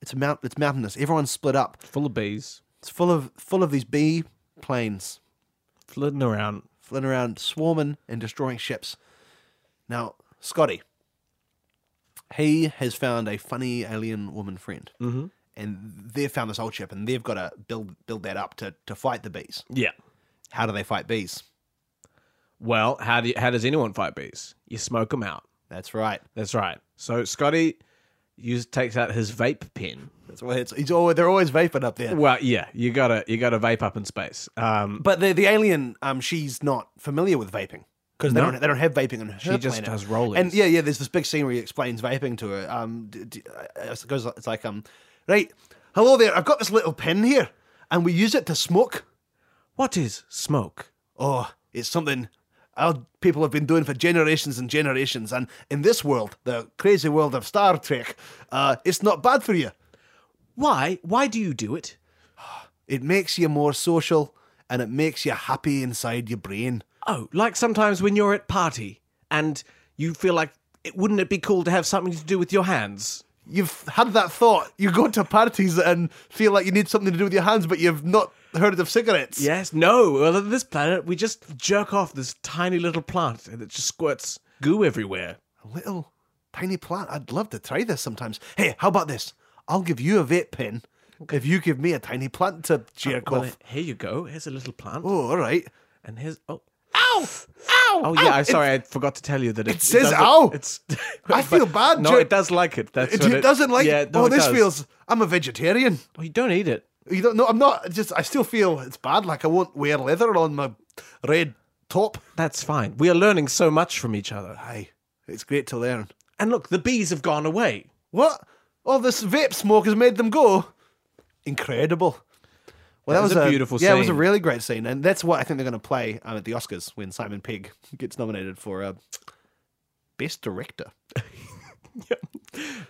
Speaker 3: It's a mount. It's mountainous. Everyone's split up.
Speaker 2: Full of bees,
Speaker 3: It's full of full of these bee planes
Speaker 2: flitting around.
Speaker 3: flitting around, swarming and destroying ships. Now, Scotty, he has found a funny alien woman friend, mm-hmm. and they've found this old ship, and they've got to build build that up to to fight the bees.
Speaker 2: Yeah.
Speaker 3: How do they fight bees?
Speaker 2: Well, how do you, how does anyone fight bees? You smoke them out.
Speaker 3: That's right.
Speaker 2: That's right. So Scotty use, takes out his vape pen.
Speaker 3: That's what it's. He's always, they're always vaping up there.
Speaker 2: Well, yeah, you gotta you gotta vape up in space. Um,
Speaker 3: But the the alien, um, she's not familiar with vaping because they
Speaker 2: No.
Speaker 3: don't they don't have vaping in her
Speaker 2: She just
Speaker 3: planet.
Speaker 2: does rollies.
Speaker 3: And yeah, yeah. There's this big scene where he explains vaping to her. Um, d- d- uh, it goes it's like um, right, hello there. I've got this little pen here, and we use it to smoke.
Speaker 2: what is smoke?
Speaker 3: Oh, it's something our people have been doing for generations and generations. And in this world, the crazy world of Star Trek, uh, it's not bad for you.
Speaker 2: Why why do you do it?
Speaker 3: It makes you more social, and it makes you happy inside your brain.
Speaker 2: Oh, like sometimes when you're at party and you feel like it, wouldn't it be cool to have something to do with your hands?
Speaker 3: you've had that thought. You go to parties and feel like you need something to do with your hands, but you've not heard of cigarettes.
Speaker 2: Yes. No. Well, on this planet, we just jerk off this tiny little plant and it just squirts goo everywhere.
Speaker 3: A little tiny plant. I'd love to try this sometimes. Hey, how about this? I'll give you a vape pen if you give me a tiny plant to jerk
Speaker 2: Well,
Speaker 3: off.
Speaker 2: here you go. Here's a little plant.
Speaker 3: Oh, all right.
Speaker 2: And here's oh.
Speaker 3: Ow! Ow!
Speaker 2: Oh yeah, I sorry, I forgot to tell you that it,
Speaker 3: says
Speaker 2: doesn't-
Speaker 3: ow.
Speaker 2: *laughs* It's
Speaker 3: I feel bad,
Speaker 2: No,
Speaker 3: Jer-
Speaker 2: it does like it. That's
Speaker 3: It,
Speaker 2: what
Speaker 3: it doesn't like.
Speaker 2: Yeah, no,
Speaker 3: oh,
Speaker 2: it
Speaker 3: this
Speaker 2: does.
Speaker 3: feels. I'm a vegetarian.
Speaker 2: Oh, you don't eat it.
Speaker 3: You don't know. I'm not. it's Just I still feel it's bad. Like I won't wear leather on my red top.
Speaker 2: That's fine. We are learning so much from each other.
Speaker 3: Aye, it's great to learn.
Speaker 2: And look, the bees have gone away. *laughs*
Speaker 3: What? All this vape smoke has made them go. Incredible. Well,
Speaker 2: That was a beautiful
Speaker 3: Yeah, it was a
Speaker 2: scene.
Speaker 3: really great scene, and that's what I think they're going to play um, at the Oscars when Simon Pegg gets nominated for uh, best director.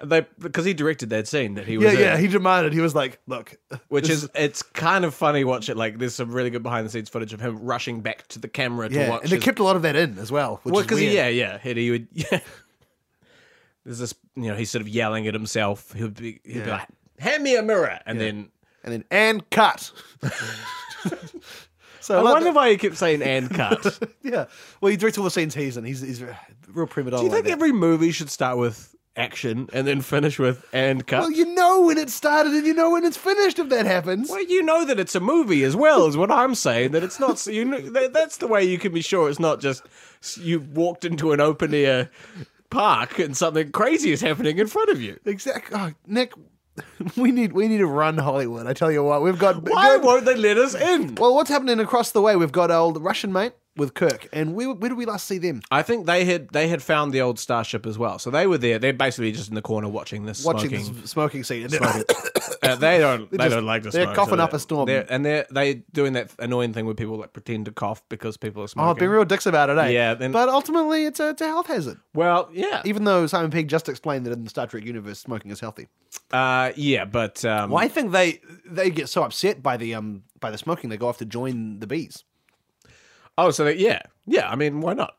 Speaker 2: They because he directed that scene that he was
Speaker 3: Yeah,
Speaker 2: in,
Speaker 3: yeah. He demanded. He was like, "Look,
Speaker 2: which
Speaker 3: this
Speaker 2: is it's kind of funny. Watch it like there's some really good behind the scenes footage of him rushing back to the camera to
Speaker 3: yeah,"
Speaker 2: watch.
Speaker 3: and they
Speaker 2: his-
Speaker 3: kept a lot of that in as well, which
Speaker 2: well,
Speaker 3: is weird.
Speaker 2: because yeah, yeah, he, he would. *laughs* Yeah. There's this, you know, he's sort of yelling at himself. He'd be, he'd be
Speaker 3: Yeah.
Speaker 2: like, "Hand me a mirror," and then
Speaker 3: and then and cut. so
Speaker 2: I
Speaker 3: like
Speaker 2: wonder
Speaker 3: that-
Speaker 2: why he kept saying *laughs* "and cut."
Speaker 3: yeah. Well, he directs all the scenes he's in. He's he's a real prima donna.
Speaker 2: Do you
Speaker 3: like
Speaker 2: think
Speaker 3: that.
Speaker 2: every movie should start with action and then finish with and cut?
Speaker 3: Well, you know when it started and you know when it's finished if that happens.
Speaker 2: Well, you know that it's a movie as well, is what I'm saying. That it's not. You know, that, that's the way you can be sure it's not just you walked into an open air park and something crazy is happening in front of you.
Speaker 3: Exactly, oh, Nick. *laughs* We need we need to run Hollywood. I tell you what, we've got.
Speaker 2: Why
Speaker 3: good-
Speaker 2: won't they let us in?
Speaker 3: well, what's happening across the way? We've got old Russian mate with Kirk, and we, where did we last see them?
Speaker 2: I think they had they had found the old starship as well, so they were there. They're basically just in the corner watching this
Speaker 3: Watching
Speaker 2: smoking.
Speaker 3: the s- smoking scene. And
Speaker 2: Uh, they
Speaker 3: *laughs*
Speaker 2: don't. They
Speaker 3: just-
Speaker 2: don't like to.
Speaker 3: they're
Speaker 2: smoke,
Speaker 3: coughing up a storm.
Speaker 2: they're- and they're they doing that annoying thing where people like pretend to cough because people are
Speaker 3: *coughs* oh,
Speaker 2: smoking.
Speaker 3: I've been real dicks about it, eh?
Speaker 2: Yeah, then-
Speaker 3: but ultimately, it's a, it's a health hazard.
Speaker 2: well, yeah,
Speaker 3: Even though Simon Pegg just explained that in the Star Trek universe, smoking is healthy.
Speaker 2: uh, yeah, but um,
Speaker 3: Well, I think they they get so upset by the um by the smoking, they go off to join the bees.
Speaker 2: Oh, so they, yeah, yeah. I mean, why
Speaker 3: *laughs*
Speaker 2: not?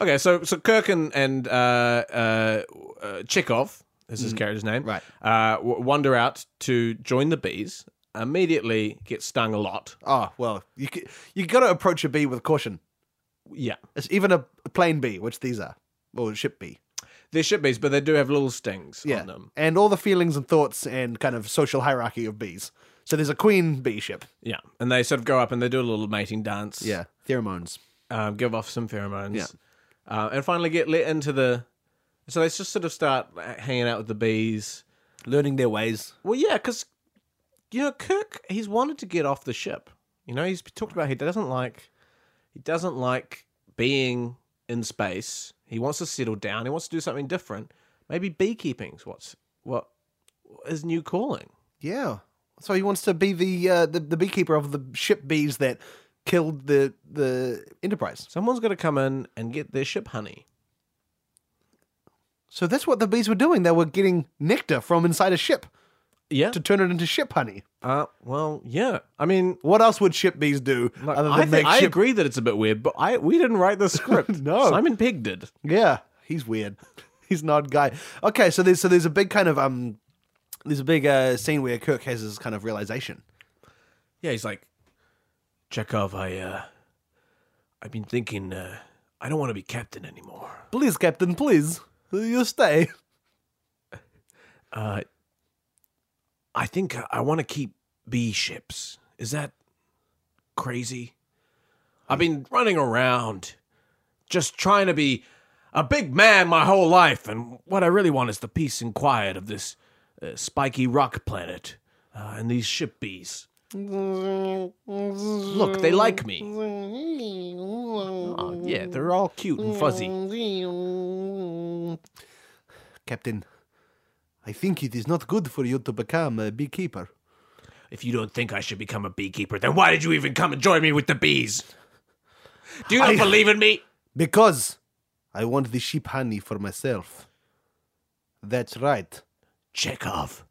Speaker 2: okay, so so Kirk and and uh, uh, uh, Chekhov is his character's name,
Speaker 3: Mm. right.
Speaker 2: Uh, w- wander out to join the bees. Immediately get stung a lot.
Speaker 3: Oh well, you c- you got to approach a bee with caution.
Speaker 2: Yeah,
Speaker 3: It's even a plane bee, which these are, or a ship bee.
Speaker 2: They're shit bees, but they do have little stings
Speaker 3: yeah.
Speaker 2: on them.
Speaker 3: And all the feelings and thoughts and kind of social hierarchy of bees. So there's a queen bee ship.
Speaker 2: Yeah, and they sort of go up and they do a little mating dance.
Speaker 3: Pheromones.
Speaker 2: um, give off some pheromones.
Speaker 3: Yeah.
Speaker 2: Uh, and finally get let into the. So they just sort of start h- hanging out with the bees.
Speaker 3: Learning their ways.
Speaker 2: Well, yeah, because, you know, Kirk, he's wanted to get off the ship. You know, he's talked about he doesn't like. He doesn't like being in space. He wants to settle down. He wants to do something different. Maybe beekeeping's what's what his new calling.
Speaker 3: Yeah. So he wants to be the uh, the, the beekeeper of the ship bees that killed the the Enterprise.
Speaker 2: Someone's got to come in and get their ship honey.
Speaker 3: So that's what the bees were doing. They were getting nectar from inside a ship
Speaker 2: Yeah.
Speaker 3: to turn it into ship honey.
Speaker 2: Uh, well, yeah. I mean,
Speaker 3: What else would ship bees do
Speaker 2: Like,
Speaker 3: other than
Speaker 2: I,
Speaker 3: make
Speaker 2: think, I
Speaker 3: ship?
Speaker 2: agree that it's a bit weird, but I we didn't write the
Speaker 3: *laughs*
Speaker 2: script.
Speaker 3: No.
Speaker 2: Simon Pegg did.
Speaker 3: Yeah, he's weird. *laughs* He's an odd guy. Okay, so there's so there's a big kind of um there's a big uh, scene where Kirk has his kind of realization.
Speaker 2: Yeah, he's like, Chekhov. I uh, I've been thinking. Uh, I don't want to be captain anymore.
Speaker 3: Please, Captain, please, you stay.
Speaker 2: Uh, I think I want to keep B ships. Is that crazy? I've been running around, just trying to be a big man my whole life, and what I really want is the peace and quiet of this uh, spiky rock planet uh, and these ship bees. Look, they like me. Oh, yeah, they're all cute and fuzzy.
Speaker 3: Captain, I think it is not good for you to become a beekeeper.
Speaker 2: If you don't think I should become a beekeeper, then why did you even come and join me with the bees? Do you not
Speaker 3: I-
Speaker 2: believe in me?
Speaker 3: Because I want the sheep honey for myself. That's right.
Speaker 2: Chekhov.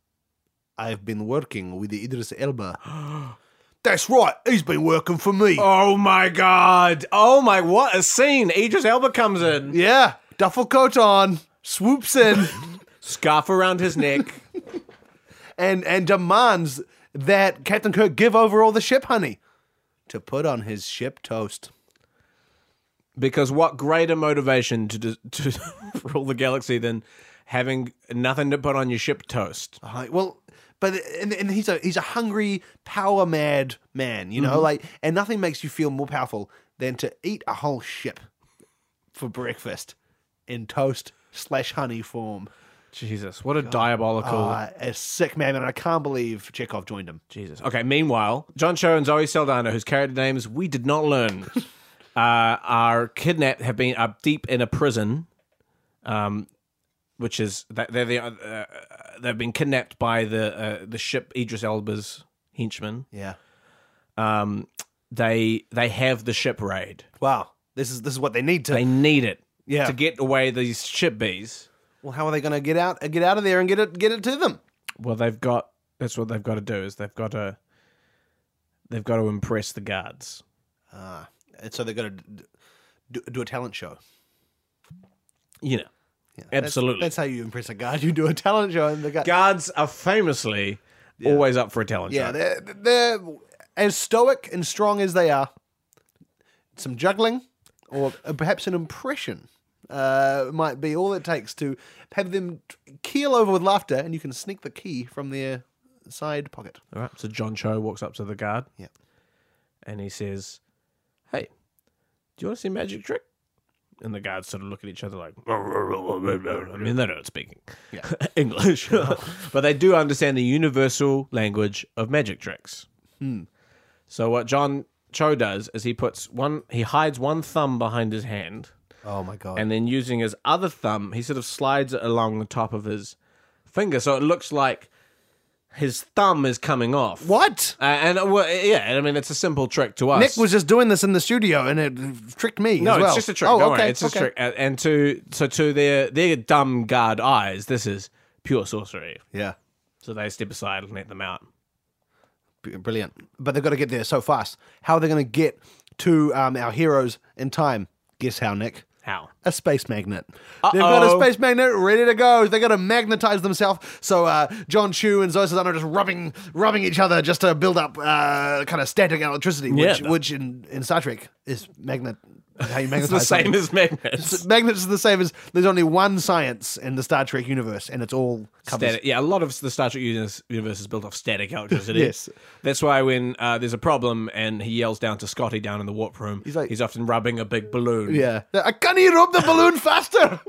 Speaker 3: I've been working with the Idris Elba. *gasps* That's right. He's been working for me.
Speaker 2: Oh my god. Oh my what a scene. Idris Elba comes in.
Speaker 3: Yeah. Duffel coat on, swoops in, *laughs*
Speaker 2: Scarf around his neck. *laughs*
Speaker 3: and and demands that Captain Kirk give over all the ship honey to put on his ship toast.
Speaker 2: because what greater motivation to dis- to *laughs* rule the galaxy than having nothing to put on your ship toast.
Speaker 3: Uh, well, but and, and he's a he's a hungry, power mad man, you know, like and nothing makes you feel more powerful than to eat a whole ship for breakfast in toast slash honey form.
Speaker 2: Jesus, what a diabolical
Speaker 3: Uh, a sick man, and I can't believe Chekhov joined him.
Speaker 2: Jesus. Okay, meanwhile, John Cho and Zoe Saldana, whose character names we did not
Speaker 3: *laughs*
Speaker 2: learn, uh, are kidnapped, have been up deep in a prison, um, which is, that they're the, uh, uh, they've been kidnapped by the, uh, the ship Idris Elba's henchmen.
Speaker 3: Yeah.
Speaker 2: Um, they, they have the ship raid.
Speaker 3: Wow. This is this is what they need to.
Speaker 2: They need it
Speaker 3: Yeah.
Speaker 2: to get away these ship bees.
Speaker 3: well, how are they going to get out get out of there and get it get it to them?
Speaker 2: Well, they've got, that's what they've got to do is they've got to, they've got to impress the guards.
Speaker 3: Uh, and so they're going to do, do a talent show.
Speaker 2: You know,
Speaker 3: Yeah, that's-
Speaker 2: absolutely.
Speaker 3: That's, how you impress a guard. *laughs* You do a talent show, and the guy.
Speaker 2: guards are famously always up for a talent
Speaker 3: Yeah,
Speaker 2: show.
Speaker 3: they're, they're as stoic and strong as they are. Some juggling, or uh, perhaps an impression, uh, might be all it takes to have them keel over with laughter, and you can sneak the key from their side pocket.
Speaker 2: All right. So John Cho walks up to the guard.
Speaker 3: Yeah.
Speaker 2: And he says, "Hey, do you want to see a magic trick?" And the guards sort of look at each other like, *laughs* I mean, they don't speak *laughs* English, but they do understand the universal language of magic tricks.
Speaker 3: Hmm.
Speaker 2: So what John Cho does is he puts one, he hides one thumb behind his hand.
Speaker 3: Oh my god!
Speaker 2: and then using his other thumb, he sort of slides it along the top of his finger, so it looks like his thumb is coming off.
Speaker 3: what?
Speaker 2: Uh, and uh, well, yeah, I mean it's a simple trick to us.
Speaker 3: Nick was just doing this in the studio, and it tricked me.
Speaker 2: no,
Speaker 3: as well.
Speaker 2: it's just a trick.
Speaker 3: Oh,
Speaker 2: Don't
Speaker 3: okay,
Speaker 2: worry, it's just
Speaker 3: okay.
Speaker 2: a trick. And- And to so to their their dumb guard eyes, this is pure sorcery.
Speaker 3: Yeah,
Speaker 2: So they step aside and let them out.
Speaker 3: B- brilliant. But they've got to get there so fast. How are they going to get to um, our heroes in time? Guess how, Nick.
Speaker 2: How?
Speaker 3: a space magnet. They've got a
Speaker 2: Uh-oh.
Speaker 3: space magnet ready to go. They got to magnetize themselves. So uh, John Chu and Zoe Saldana are just rubbing, rubbing each other just to build up uh, kind of static electricity,
Speaker 2: Yeah.
Speaker 3: which, which in, in Star Trek is magnet how you
Speaker 2: *laughs*
Speaker 3: magnetize
Speaker 2: It's the same
Speaker 3: something.
Speaker 2: as magnets.
Speaker 3: magnets are the same as there's only one science in the Star Trek universe, and it's all covers.
Speaker 2: Static. Yeah, a lot of the Star Trek universe, universe is built off static electricity.
Speaker 3: Yes.
Speaker 2: That's why when uh, there's a problem and he yells down to Scotty down in the warp room, he's,
Speaker 3: like-
Speaker 2: often rubbing a big balloon.
Speaker 3: Yeah, I can't you rope the balloon *laughs* faster?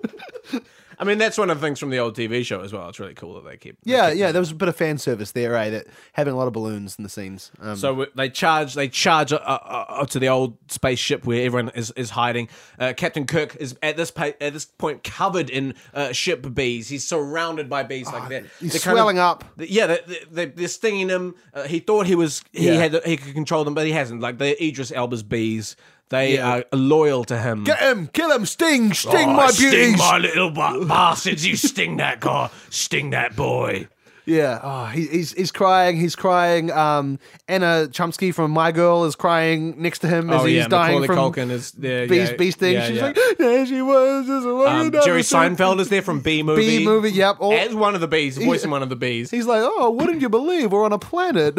Speaker 2: I mean, that's one of the things from the old TV show as well. It's really cool that they keep.
Speaker 3: yeah, yeah. There was a bit of fan service there, eh? That having a lot of balloons in the scenes. Um,
Speaker 2: So w- they charge, they charge uh, uh, uh, to the old spaceship where everyone is, is hiding. Uh, Captain Kirk is at this pa- at this point covered in uh, ship bees. He's surrounded by bees like that.
Speaker 3: Ah, he's
Speaker 2: They're kind of-
Speaker 3: swelling up.
Speaker 2: Th- Yeah, they, they, they, they're stinging him. Uh, he thought he was he
Speaker 3: Yeah.
Speaker 2: had he could control them, but he hasn't. Like they're Idris Elba's bees. They are loyal to him.
Speaker 3: Get him, kill him, sting, sting
Speaker 2: Oh,
Speaker 3: my
Speaker 2: sting
Speaker 3: beauties.
Speaker 2: my little ba- bastards! You sting that guy, sting that boy.
Speaker 3: Yeah, oh, he, he's he's crying, he's crying. Um, Anna Chomsky from My Girl is crying next to him as
Speaker 2: oh
Speaker 3: he's
Speaker 2: yeah,
Speaker 3: dying
Speaker 2: Macaulay
Speaker 3: from
Speaker 2: Culkin is there.
Speaker 3: beast
Speaker 2: yeah,
Speaker 3: beast thing.
Speaker 2: yeah,
Speaker 3: She's
Speaker 2: yeah.
Speaker 3: like, there she was, just
Speaker 2: Um, Jerry Seinfeld is there from B movie.
Speaker 3: B movie, yep. All,
Speaker 2: As one of the bees, voicing one of the
Speaker 3: *laughs*
Speaker 2: bees.
Speaker 3: he's like, oh, wouldn't you believe we're on a planet?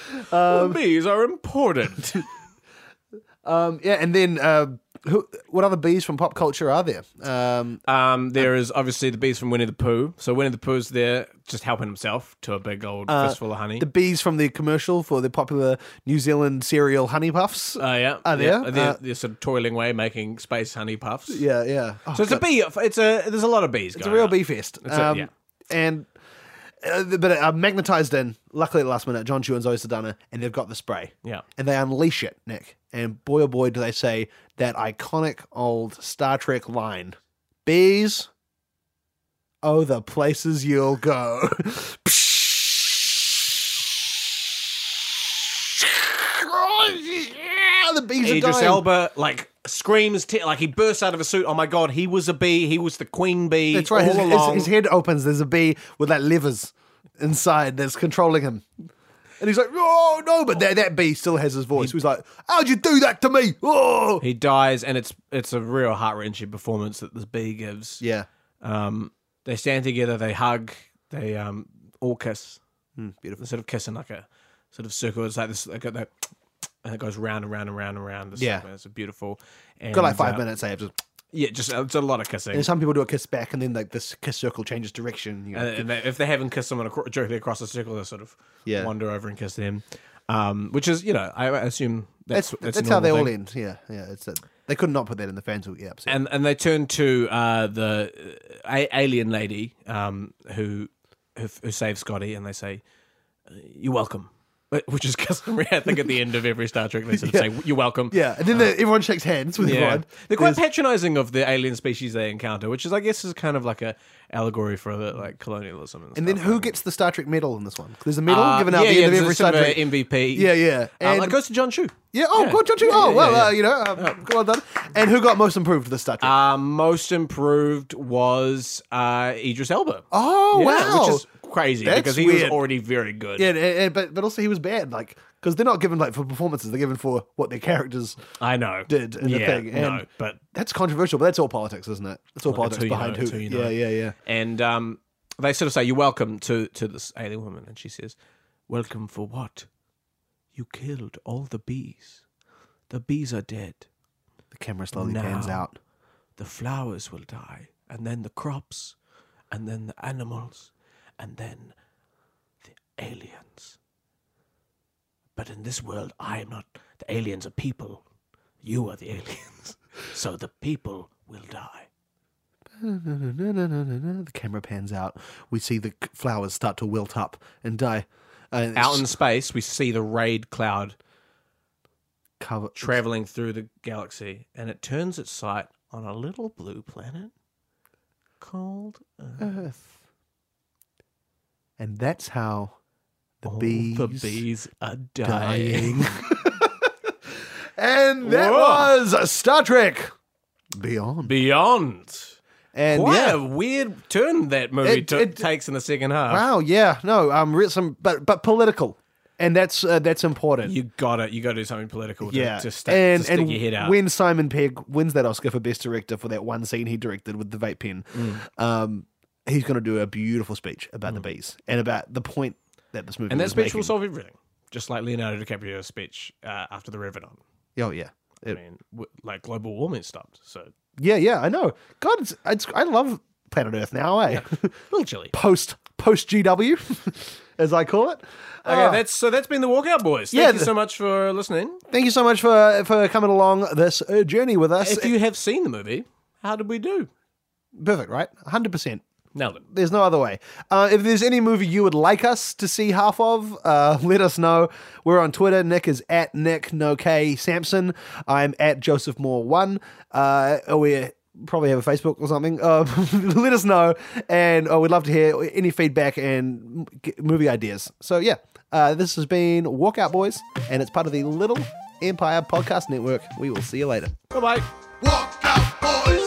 Speaker 3: *laughs*
Speaker 2: bees are important.
Speaker 3: um, yeah, and then uh, who? What other bees from pop culture are there? Um,
Speaker 2: um, there is obviously the bees from Winnie the Pooh. So Winnie the Pooh's there, just helping himself to a big old fistful of honey.
Speaker 3: Uh, the bees from the commercial for the popular New Zealand cereal Honey Puffs.
Speaker 2: Uh, yeah, yeah.
Speaker 3: Are there?
Speaker 2: They're,
Speaker 3: Uh,
Speaker 2: they're sort of toiling away, making space honey puffs.
Speaker 3: yeah, yeah. Oh,
Speaker 2: So it's a bee. It's a there's a lot of bees.
Speaker 3: It's a real bee fest.
Speaker 2: a-
Speaker 3: um,
Speaker 2: yeah.
Speaker 3: And uh, but uh, magnetized in. Luckily, at the last minute, John Chu and Zoe Sedana, and they've got the spray.
Speaker 2: Yeah.
Speaker 3: And they unleash it, Nick. And boy, oh boy, do they say that iconic old Star Trek line: "Bees, oh the places you'll go." *laughs* the bees are
Speaker 2: Idris
Speaker 3: dying.
Speaker 2: Elba like screams te- like he bursts out of a suit. Oh my god, he was a bee. He was the queen bee.
Speaker 3: That's right.
Speaker 2: All
Speaker 3: His, his-
Speaker 2: along.
Speaker 3: his head opens. There's a bee with like levers inside that's controlling him. And he's like, oh, no, but that, that bee still has his voice. He's like, how'd you do that to me? Oh.
Speaker 2: he dies, and it's it's a real heart wrenching performance that this bee gives.
Speaker 3: Yeah.
Speaker 2: Um, they stand together, they hug, they um all kiss.
Speaker 3: Hmm, beautiful.
Speaker 2: They're sort of kissing like a sort of circle. It's like this. Like that, and it goes round and round and round and round. It's,
Speaker 3: Yeah.
Speaker 2: it's beautiful. And,
Speaker 3: Got like five
Speaker 2: uh,
Speaker 3: minutes. eh? Just-
Speaker 2: Yeah, just uh, it's a lot of kissing.
Speaker 3: And some people do a kiss back, and then like this kiss circle changes direction. You know.
Speaker 2: And, Uh, and they, if they haven't kissed someone acro- directly across the circle, they sort of
Speaker 3: Yeah.
Speaker 2: wander over and kiss them. Um, which is, you know, I I assume that's
Speaker 3: that's
Speaker 2: that's,
Speaker 3: that's,
Speaker 2: a
Speaker 3: how they
Speaker 2: normal
Speaker 3: all
Speaker 2: thing.
Speaker 3: end. Yeah, yeah. It's a, they could not put that in. The fans will get upset.
Speaker 2: And and they turn to uh, the uh, a- alien lady um, who, who who saves Scotty, and they say, "Uh, "You're welcome," Uh, which is *laughs* customary, I think, at the end of every Star Trek. They sort of say, "You're welcome."
Speaker 3: yeah, and then
Speaker 2: Uh,
Speaker 3: the, everyone shakes hands with everyone.
Speaker 2: They're quite
Speaker 3: There's-
Speaker 2: patronizing of the alien species they encounter, which is, I guess, is kind of like a allegory for the, like colonialism. And,
Speaker 3: and then
Speaker 2: stuff.
Speaker 3: who gets the Star Trek medal in this one? 'Cause There's a medal
Speaker 2: Uh,
Speaker 3: given out
Speaker 2: yeah,
Speaker 3: at the
Speaker 2: yeah,
Speaker 3: end of
Speaker 2: there's
Speaker 3: every
Speaker 2: sort
Speaker 3: Star
Speaker 2: of a
Speaker 3: Trek.
Speaker 2: MVP.
Speaker 3: Yeah, yeah.
Speaker 2: Um,
Speaker 3: And-
Speaker 2: it goes to John Chu.
Speaker 3: Yeah. Oh,
Speaker 2: Yeah.
Speaker 3: God, John Chu.
Speaker 2: Yeah,
Speaker 3: oh,
Speaker 2: yeah,
Speaker 3: well,
Speaker 2: yeah. Oh.
Speaker 3: Uh, you know, uh, well done. And who got most improved for the Star Trek?
Speaker 2: Uh, most improved was uh, Idris Elba.
Speaker 3: oh,
Speaker 2: Yeah,
Speaker 3: wow.
Speaker 2: Which is crazy
Speaker 3: That's
Speaker 2: because he was
Speaker 3: weird.
Speaker 2: already very good.
Speaker 3: yeah, and- and- but but also he was bad, like because they're not given like for performances; they're given for what their characters.
Speaker 2: I know.
Speaker 3: Did in the
Speaker 2: yeah,
Speaker 3: thing, and-
Speaker 2: no, but
Speaker 3: That's controversial, but that's all politics, isn't it? It's all
Speaker 2: it's
Speaker 3: politics
Speaker 2: who you
Speaker 3: behind
Speaker 2: know, it's
Speaker 3: who.
Speaker 2: who you know.
Speaker 3: Yeah, yeah, yeah.
Speaker 2: and um, they sort of say, "You're welcome to to this alien woman," and she says, "Welcome for what? You killed all the bees. The bees are dead.
Speaker 3: The camera slowly
Speaker 2: No.
Speaker 3: pans out.
Speaker 2: The flowers will die, and then the crops, and then the animals, and then the aliens. But in this world, I am not. The aliens are people. You are the *laughs* aliens. So the people will die."
Speaker 3: *laughs* The camera pans out. We see the c- flowers start to wilt up and die. And
Speaker 2: out in space, we see the raid cloud
Speaker 3: cover.
Speaker 2: traveling through the galaxy, and it turns its sight on a little blue planet called uh, Earth.
Speaker 3: Earth. And that's how the
Speaker 2: All
Speaker 3: bees.
Speaker 2: Oh, The bees are dying. *laughs*
Speaker 3: dying. and that
Speaker 2: Whoa.
Speaker 3: was Star Trek Beyond.
Speaker 2: Beyond.
Speaker 3: And
Speaker 2: Quite
Speaker 3: yeah,
Speaker 2: a weird turn that movie
Speaker 3: It-
Speaker 2: took
Speaker 3: it-
Speaker 2: takes in the second half.
Speaker 3: wow, yeah, no, um, re- some but but political, and that's uh, that's important.
Speaker 2: You gotta, you gotta do something political. To,
Speaker 3: yeah,
Speaker 2: to, sta-
Speaker 3: and
Speaker 2: to stick
Speaker 3: and
Speaker 2: your head out.
Speaker 3: when Simon Pegg wins that Oscar for best director for that one scene he directed with the vape pen,
Speaker 2: Mm.
Speaker 3: um, he's going to do a beautiful speech about the bees and about the point that this movie
Speaker 2: and that
Speaker 3: was
Speaker 2: speech
Speaker 3: making.
Speaker 2: will solve everything, just like Leonardo DiCaprio's speech uh, after the Revenant.
Speaker 3: Oh yeah,
Speaker 2: I mean, w- like global warming stopped, so
Speaker 3: Yeah, yeah, I know. God, it's, it's I love planet Earth now, eh?
Speaker 2: a little chilly.
Speaker 3: *laughs* post post GW, *laughs* as I call it.
Speaker 2: Okay,
Speaker 3: Ah.
Speaker 2: that's so. That's been the walkout, boys. Thank
Speaker 3: Yeah,
Speaker 2: you
Speaker 3: the-
Speaker 2: so much for listening.
Speaker 3: Thank you so much for for coming along this uh, journey with us.
Speaker 2: If you have seen the movie, how did we do?
Speaker 3: Perfect, right? Hundred percent.
Speaker 2: Nailed it.
Speaker 3: There's no other way. Uh, if there's any movie you would like us to see half of, uh, *laughs* let us know. We're on Twitter. Nick is at Nick No K Sampson. I'm at Joseph Moore One. Uh, we probably have a Facebook or something. Uh, *laughs* let us know, and uh, we'd love to hear any feedback and m- g- movie ideas. So yeah, uh, this has been Walkout Boys, and it's part of the Little Empire Podcast Network. We will see you later.
Speaker 2: Bye bye.
Speaker 4: Walk out, boys.